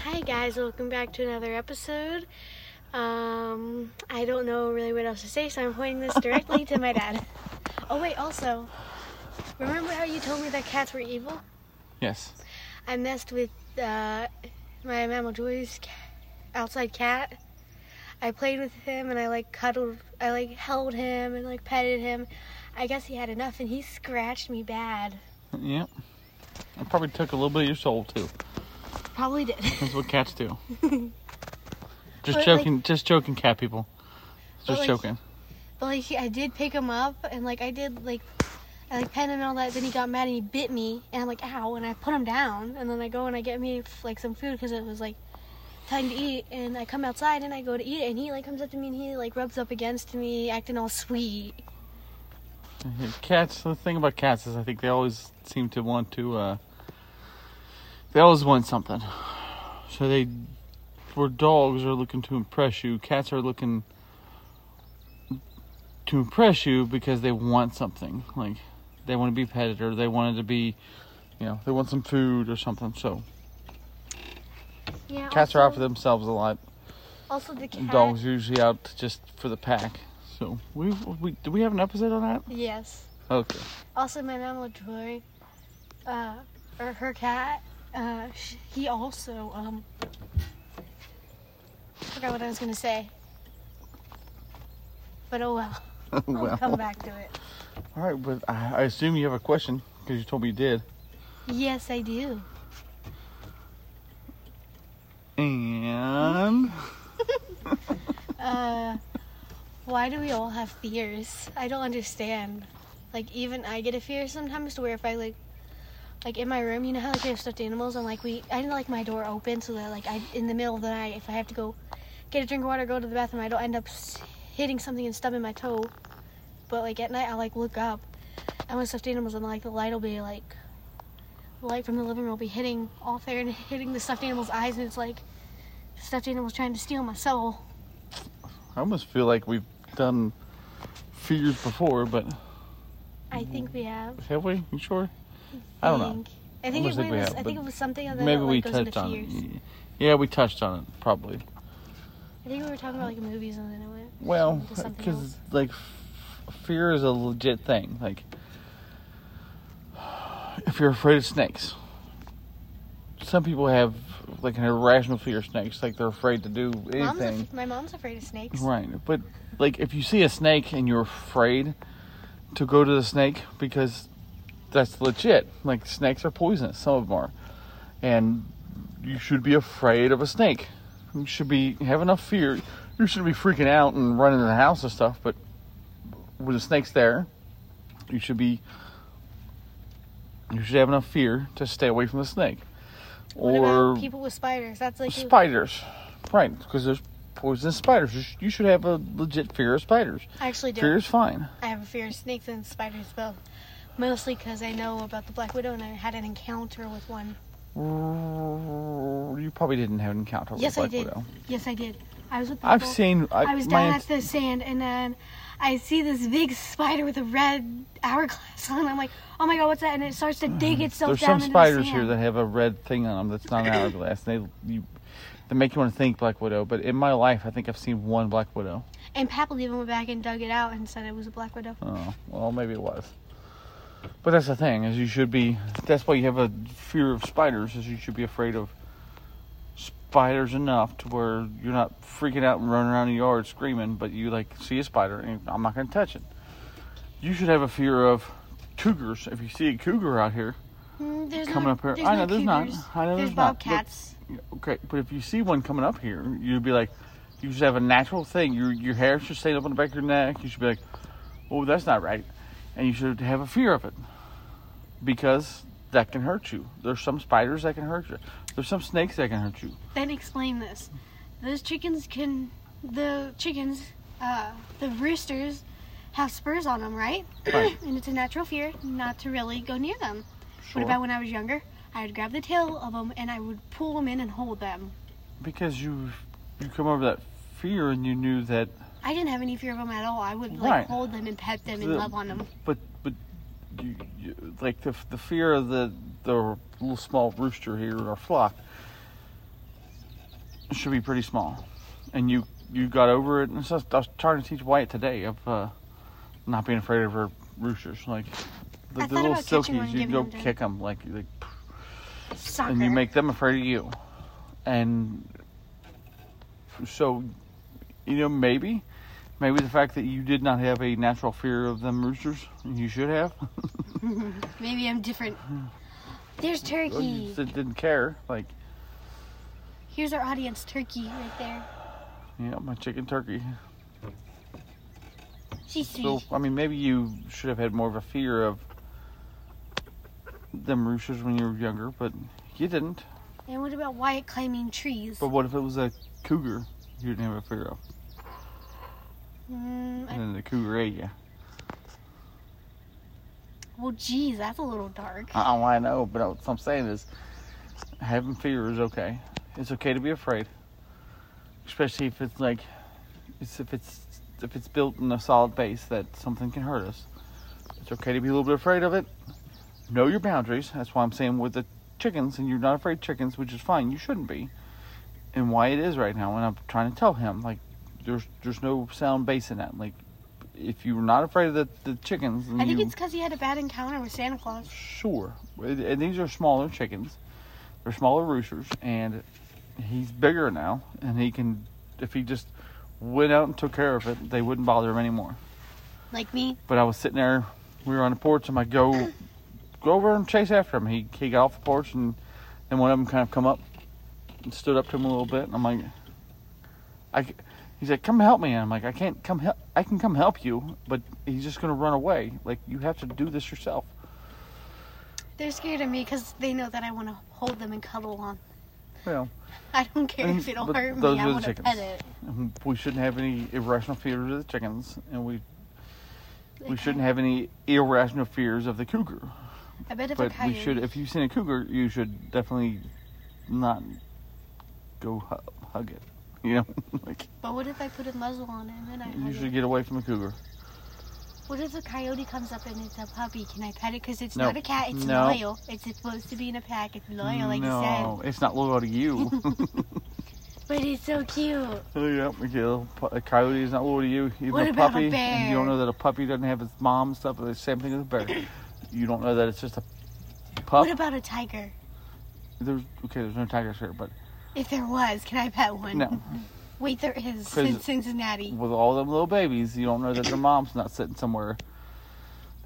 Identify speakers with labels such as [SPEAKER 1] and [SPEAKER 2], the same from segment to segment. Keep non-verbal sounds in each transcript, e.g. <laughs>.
[SPEAKER 1] Hi guys, welcome back to another episode. Um, I don't know really what else to say, so I'm pointing this directly to my dad. Oh wait, also, remember how you told me that cats were evil?
[SPEAKER 2] Yes.
[SPEAKER 1] I messed with uh, my mammal Joy's ca- outside cat. I played with him and I like cuddled, I like held him and like petted him. I guess he had enough and he scratched me bad.
[SPEAKER 2] Yep. I probably took a little bit of your soul too.
[SPEAKER 1] Probably did. <laughs>
[SPEAKER 2] That's what cats do. just
[SPEAKER 1] But, like-
[SPEAKER 2] joking. just joking, cat people. Just
[SPEAKER 1] like-
[SPEAKER 2] joking.
[SPEAKER 1] But like I did pick him up and like I did like I like pet him and all that. Then he got mad and he bit me and I'm like ow and I put him down and then I go and I get me like some food because it was like time to eat and I come outside and I go to eat it and he like comes up to me and he like rubs up against me acting all sweet.
[SPEAKER 2] Yeah, Cats. The thing about cats is, I think they always seem to want to. uh They always want something. So they, where dogs are looking to impress you, cats are looking to impress you because they want something. Like they want to be petted, or they wanted to be, you know, they want some food or something. So
[SPEAKER 1] Yeah.
[SPEAKER 2] Cats are out for themselves a lot.
[SPEAKER 1] Also the cat.
[SPEAKER 2] and Dogs usually out just for the pack. So we we do we have an episode on that?
[SPEAKER 1] Yes.
[SPEAKER 2] Okay. <laughs>
[SPEAKER 1] Also my mammal Joy, uh, or her cat. Uh, sh- he also um. Forgot what I was gonna say. But oh well. I'll come
[SPEAKER 2] well,
[SPEAKER 1] back to it.
[SPEAKER 2] all right. But I, I assume you have a question because you told me you did.
[SPEAKER 1] Yes, I do.
[SPEAKER 2] And
[SPEAKER 1] Uh, why do we all have fears? I don't understand. Like even I get a fear sometimes to where if I like, like in my room, you know how like we have stuffed animals and like we, I didn't like my door open so that like I in the middle of the night if I have to go get a drink of water, go to the bathroom, I don't end up s- hitting something and stubbing my toe. But like at night, I like look up. and with stuffed animals and like the light will be like, the light from the living room will be hitting off there and hitting the stuffed animal's eyes and it's like, stuffed animals trying to steal my soul.
[SPEAKER 2] I almost feel like we've done fears before, but
[SPEAKER 1] I think we have.
[SPEAKER 2] have we? You sure? Mm-hmm. I don't know.
[SPEAKER 1] I think, it
[SPEAKER 2] Almost think we
[SPEAKER 1] was,
[SPEAKER 2] have,
[SPEAKER 1] I think
[SPEAKER 2] but
[SPEAKER 1] it was something that
[SPEAKER 2] Maybe
[SPEAKER 1] Mm-hmm. like,
[SPEAKER 2] we
[SPEAKER 1] goes
[SPEAKER 2] touched
[SPEAKER 1] into
[SPEAKER 2] on
[SPEAKER 1] fears.
[SPEAKER 2] it. Yeah, we touched on it probably.
[SPEAKER 1] I think we were talking about like movies and then it went.
[SPEAKER 2] Well, <laughs>
[SPEAKER 1] into something
[SPEAKER 2] because
[SPEAKER 1] else.
[SPEAKER 2] like f- fear is a legit thing. Like if you're afraid of snakes, some people have like an irrational fear of snakes. Like they're afraid to do
[SPEAKER 1] Mom's af-
[SPEAKER 2] anything.
[SPEAKER 1] my mom's afraid of snakes.
[SPEAKER 2] Right, but like if you see a snake and you're afraid to go to the snake because that's legit. Like snakes are poisonous. Some of them are, and you should be afraid of a snake. You should be have enough fear. You shouldn't be freaking out and running in the house and stuff. But when the snake's there, you should be. You should have enough fear to stay away from the snake,
[SPEAKER 1] What
[SPEAKER 2] or
[SPEAKER 1] about people with spiders? That's like you-
[SPEAKER 2] spiders, right? Because there's poisonous spiders. You sh- You should have a legit fear of spiders.
[SPEAKER 1] I actually do.
[SPEAKER 2] Fear is fine.
[SPEAKER 1] I have a fear of snakes and spiders both. Mostly because I know about the black widow and I had an encounter with one.
[SPEAKER 2] You probably didn't have an encounter with
[SPEAKER 1] yes,
[SPEAKER 2] Black
[SPEAKER 1] I did.
[SPEAKER 2] Widow.
[SPEAKER 1] Yes, I did. I was with. People.
[SPEAKER 2] I've seen. I,
[SPEAKER 1] I was
[SPEAKER 2] my
[SPEAKER 1] down
[SPEAKER 2] ent-
[SPEAKER 1] at the sand and then I see this big spider with a red hourglass on. it. I'm like, oh my god, what's that? And it starts to dig itself
[SPEAKER 2] Mm-hmm. There's
[SPEAKER 1] down
[SPEAKER 2] some
[SPEAKER 1] into the
[SPEAKER 2] spiders
[SPEAKER 1] sand.
[SPEAKER 2] here that have a red thing on them that's not an hourglass. They you, they make you want to think Black Widow, but in my life, I think I've seen one Black Widow.
[SPEAKER 1] And Papa even went back and dug it out and said it was a black widow.
[SPEAKER 2] Oh, well, maybe it was. But that's the thing is you should be. That's why you have a fear of spiders is you should be afraid of spiders enough to where you're not freaking out and running around the yard screaming, but you like see a spider and I'm not gonna touch it. You should have a fear of cougars. If you see a cougar out here,
[SPEAKER 1] Mm, there's
[SPEAKER 2] Coming
[SPEAKER 1] no,
[SPEAKER 2] up here-
[SPEAKER 1] There's
[SPEAKER 2] I
[SPEAKER 1] no
[SPEAKER 2] know there's not.
[SPEAKER 1] cougars.
[SPEAKER 2] I know
[SPEAKER 1] there's
[SPEAKER 2] there's not.
[SPEAKER 1] bobcats.
[SPEAKER 2] Okay, but if you see one coming up here, you'd be like, you should have a natural thing. Your your hair should stand up on the back of your neck. You should be like, oh, that's not right, and you should have a fear of it because that can hurt you. There's some spiders that can hurt you. There's some snakes that can hurt you.
[SPEAKER 1] Then explain this. Those chickens can. The chickens, uh, the roosters, have spurs on them, right?
[SPEAKER 2] Right.
[SPEAKER 1] <clears throat> and it's a natural fear not to really go near them.
[SPEAKER 2] Sure.
[SPEAKER 1] What about when I was younger? I would grab the tail of them and I would pull them in and hold them.
[SPEAKER 2] because you you come over that fear and you knew that,
[SPEAKER 1] I didn't have any fear of them at all. I would like
[SPEAKER 2] Right.
[SPEAKER 1] hold them and pet them and
[SPEAKER 2] The-
[SPEAKER 1] love on them.
[SPEAKER 2] but but you, you like the the fear of the the little small rooster here in our flock. should be pretty small, and you you got over it. And it's just, I was trying to teach Wyatt today of uh, not being afraid of her roosters. Like the,
[SPEAKER 1] I thought
[SPEAKER 2] the little
[SPEAKER 1] about catching one
[SPEAKER 2] silkies,
[SPEAKER 1] and
[SPEAKER 2] you
[SPEAKER 1] giving
[SPEAKER 2] go
[SPEAKER 1] them to him.
[SPEAKER 2] kick them like like,
[SPEAKER 1] Soccer.
[SPEAKER 2] and you make them afraid of you. And so, you know, maybe, maybe the fact that you did not have a natural fear of them roosters, you should have.
[SPEAKER 1] Maybe I'm
[SPEAKER 2] <sighs>
[SPEAKER 1] different. There's
[SPEAKER 2] Or
[SPEAKER 1] <clears throat>
[SPEAKER 2] you
[SPEAKER 1] turkey.
[SPEAKER 2] just didn't care. Like,
[SPEAKER 1] Here's our audience turkey right there.
[SPEAKER 2] yeah, my chicken turkey.
[SPEAKER 1] She's three.
[SPEAKER 2] So, I mean, maybe you should have had more of a fear of them roosters when you were younger, but you didn't.
[SPEAKER 1] and what about Wyatt climbing trees?
[SPEAKER 2] But what if it was a cougar you didn't have a fear of?
[SPEAKER 1] Mm,
[SPEAKER 2] And
[SPEAKER 1] I,
[SPEAKER 2] then the cougar ate you.
[SPEAKER 1] well, geez, that's a little dark.
[SPEAKER 2] <laughs> I don't want to know, but what I'm saying is having fear is okay. It's okay to be afraid, especially if it's like, it's, if it's if it's built in a solid base that something can hurt us. It's okay to be a little bit afraid of it. Know your boundaries. That's why I'm saying with the chickens, and you're not afraid of chickens, which is fine. You shouldn't be. And why it is right now, and I'm trying to tell him like, there's there's no sound base in that. Like, if you're not afraid of the, the chickens, then
[SPEAKER 1] I think
[SPEAKER 2] you,
[SPEAKER 1] it's because he had a bad encounter with Santa Claus.
[SPEAKER 2] Sure. And and these are smaller chickens. They're smaller roosters, and he's bigger now, and he can, if he just went out and took care of it, they wouldn't bother him anymore.
[SPEAKER 1] Like me.
[SPEAKER 2] But I was sitting there, we were on the porch, I'm like, go, go over and chase after him. He, he got off the porch, and then one of them kind of come up and stood up to him a little bit, and I'm like, I, c- he's like, come help me. And I'm like, I can't come help, I can come help you, but he's just going to run away. Like, you have to do this yourself.
[SPEAKER 1] They're scared of me because they know that I want to hold them and cuddle on.
[SPEAKER 2] Well,
[SPEAKER 1] I don't care
[SPEAKER 2] And-
[SPEAKER 1] if it'll
[SPEAKER 2] but
[SPEAKER 1] hurt
[SPEAKER 2] those
[SPEAKER 1] me. I
[SPEAKER 2] were the
[SPEAKER 1] want to
[SPEAKER 2] chickens.
[SPEAKER 1] pet it.
[SPEAKER 2] we shouldn't have any irrational fears of the chickens, and we we shouldn't have any irrational fears of the cougar.
[SPEAKER 1] I bet if a
[SPEAKER 2] But
[SPEAKER 1] coyote.
[SPEAKER 2] we should, if you've seen a cougar, you should definitely not go hug, hug it. You know, <laughs> like
[SPEAKER 1] But what if I put a muzzle on him and I hug
[SPEAKER 2] you
[SPEAKER 1] it?
[SPEAKER 2] should get away from a cougar.
[SPEAKER 1] What if a coyote comes up and it's a puppy? Can I pet it? Because it's
[SPEAKER 2] No.
[SPEAKER 1] not a cat. It's
[SPEAKER 2] No.
[SPEAKER 1] loyal. It's supposed to be in a pack. It's loyal, like
[SPEAKER 2] no,
[SPEAKER 1] you
[SPEAKER 2] it's not loyal
[SPEAKER 1] <laughs>
[SPEAKER 2] to you. <laughs>
[SPEAKER 1] said. But it's so cute.
[SPEAKER 2] oh, yeah, Miguel, pu- a coyote is not loyal to you. Even
[SPEAKER 1] What
[SPEAKER 2] a
[SPEAKER 1] about a
[SPEAKER 2] puppy,
[SPEAKER 1] bear?
[SPEAKER 2] you don't know that a puppy doesn't have its mom and stuff. The same thing as
[SPEAKER 1] <coughs>
[SPEAKER 2] a bear. you don't know that it's just a pup.
[SPEAKER 1] What about a tiger?
[SPEAKER 2] there's okay, there's no tigers here, but
[SPEAKER 1] If there was, can I pet one?
[SPEAKER 2] no.
[SPEAKER 1] Wait, there is
[SPEAKER 2] Cause-
[SPEAKER 1] in Cincinnati.
[SPEAKER 2] with all them little babies, you don't know that their mom's not sitting somewhere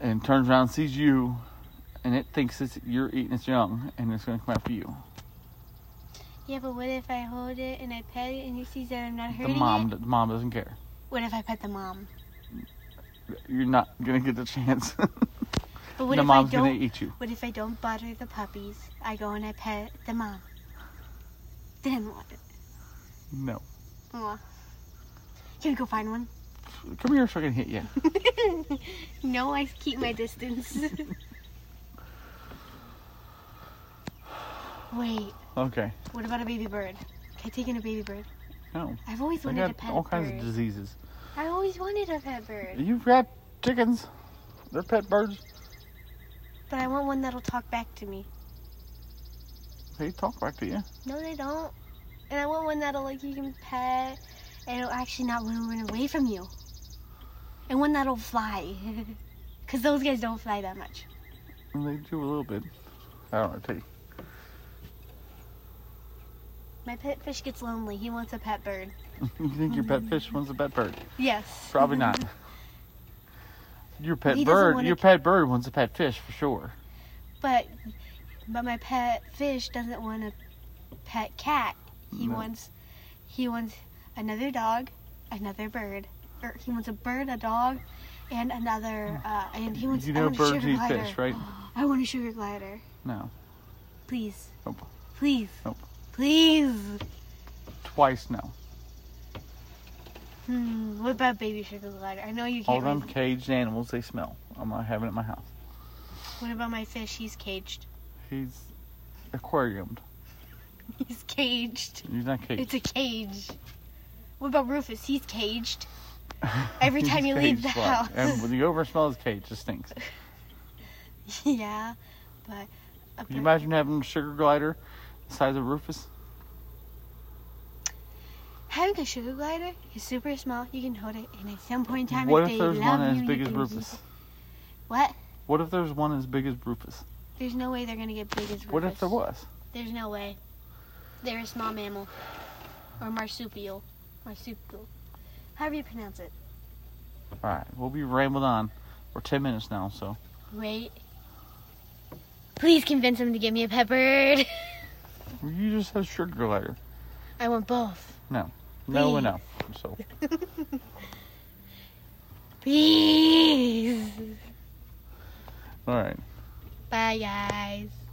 [SPEAKER 2] and turns around and sees you and it thinks it's you're eating its young and it's gonna come after you.
[SPEAKER 1] Yeah, but what if I hold it and I pet it and it sees that I'm not
[SPEAKER 2] The
[SPEAKER 1] hurting
[SPEAKER 2] mom
[SPEAKER 1] it?
[SPEAKER 2] the mom doesn't care.
[SPEAKER 1] What if I pet the mom?
[SPEAKER 2] You're not gonna get the chance. <laughs>
[SPEAKER 1] But what
[SPEAKER 2] the
[SPEAKER 1] if
[SPEAKER 2] mom's
[SPEAKER 1] I
[SPEAKER 2] gonna
[SPEAKER 1] don't?
[SPEAKER 2] eat you.
[SPEAKER 1] What if I don't butter the puppies? I go and I pet the mom. Then what?
[SPEAKER 2] No.
[SPEAKER 1] Aw. Can we go find one? <laughs>
[SPEAKER 2] Come here so I can hit you.
[SPEAKER 1] no, I keep my distance. <laughs> Wait,
[SPEAKER 2] Okay.
[SPEAKER 1] <laughs> what about a baby bird? Can I take in a baby bird?
[SPEAKER 2] No.
[SPEAKER 1] I've always
[SPEAKER 2] I
[SPEAKER 1] wanted a
[SPEAKER 2] got
[SPEAKER 1] pet
[SPEAKER 2] all
[SPEAKER 1] bird.
[SPEAKER 2] kinds of diseases.
[SPEAKER 1] I always wanted a pet bird,
[SPEAKER 2] You've got chickens. They're pet birds.
[SPEAKER 1] but I want one that'll talk back to me.
[SPEAKER 2] They talk back to you.
[SPEAKER 1] No, they don't. And I want one that'll like you can pet, and it'll actually not want to run away from you. And one that'll fly, <laughs> cause those guys don't fly that much.
[SPEAKER 2] And they do a little bit. I don't know, tell you.
[SPEAKER 1] My pet fish gets lonely. He wants a pet bird.
[SPEAKER 2] You think your pet fish wants a pet bird?
[SPEAKER 1] Yes. <laughs>
[SPEAKER 2] Probably not. Your pet
[SPEAKER 1] Mm-hmm. He doesn't
[SPEAKER 2] bird,
[SPEAKER 1] wanna-
[SPEAKER 2] your pet bird wants a pet fish for sure.
[SPEAKER 1] But but my pet fish doesn't want a pet cat. He
[SPEAKER 2] No.
[SPEAKER 1] wants he wants another dog, another bird, or he wants a bird, a dog, and another. Uh, and he wants.
[SPEAKER 2] Hmm. You
[SPEAKER 1] I
[SPEAKER 2] know
[SPEAKER 1] want a
[SPEAKER 2] birds
[SPEAKER 1] sugar
[SPEAKER 2] eat
[SPEAKER 1] glider.
[SPEAKER 2] fish, right?
[SPEAKER 1] I want a sugar glider.
[SPEAKER 2] No,
[SPEAKER 1] Please.
[SPEAKER 2] Nope.
[SPEAKER 1] Please.
[SPEAKER 2] Nope.
[SPEAKER 1] Please.
[SPEAKER 2] twice no.
[SPEAKER 1] Hmm. What about baby sugar glider? I know you
[SPEAKER 2] All
[SPEAKER 1] can't.
[SPEAKER 2] them
[SPEAKER 1] raise-
[SPEAKER 2] caged animals, they smell. I'm not having it at my house.
[SPEAKER 1] What about my fish? He's caged. <laughs>
[SPEAKER 2] He's aquariumed.
[SPEAKER 1] He's caged.
[SPEAKER 2] He's not
[SPEAKER 1] It's
[SPEAKER 2] caged.
[SPEAKER 1] a cage. What about Rufus? He's
[SPEAKER 2] <laughs>
[SPEAKER 1] caged. every
[SPEAKER 2] He's
[SPEAKER 1] time you leave
[SPEAKER 2] caged,
[SPEAKER 1] the
[SPEAKER 2] but-
[SPEAKER 1] house.
[SPEAKER 2] and when you over smell his cage,
[SPEAKER 1] <laughs>
[SPEAKER 2] it stinks.
[SPEAKER 1] yeah, but a
[SPEAKER 2] Can
[SPEAKER 1] bird-
[SPEAKER 2] you imagine having a sugar glider the size of Rufus?
[SPEAKER 1] like a sugar glider is super small. You can hold it, and at some point in time,
[SPEAKER 2] What
[SPEAKER 1] if,
[SPEAKER 2] if
[SPEAKER 1] they
[SPEAKER 2] there's
[SPEAKER 1] love
[SPEAKER 2] one
[SPEAKER 1] you
[SPEAKER 2] as
[SPEAKER 1] and
[SPEAKER 2] big
[SPEAKER 1] you
[SPEAKER 2] as
[SPEAKER 1] can use
[SPEAKER 2] Rufus?
[SPEAKER 1] it- What?
[SPEAKER 2] What if there's one as big as Rufus?
[SPEAKER 1] There's no way they're gonna get big as Rufus.
[SPEAKER 2] What if there was?
[SPEAKER 1] There's no way. They're a small mammal, or marsupial, marsupial. However you pronounce it.
[SPEAKER 2] All right, we'll be rambled on. We're ten minutes now, so
[SPEAKER 1] Wait. Please convince him to give me a peppered.
[SPEAKER 2] you just said sugar glider.
[SPEAKER 1] <laughs> I want both.
[SPEAKER 2] No, and no. So
[SPEAKER 1] Please.
[SPEAKER 2] all right.
[SPEAKER 1] Bye, guys.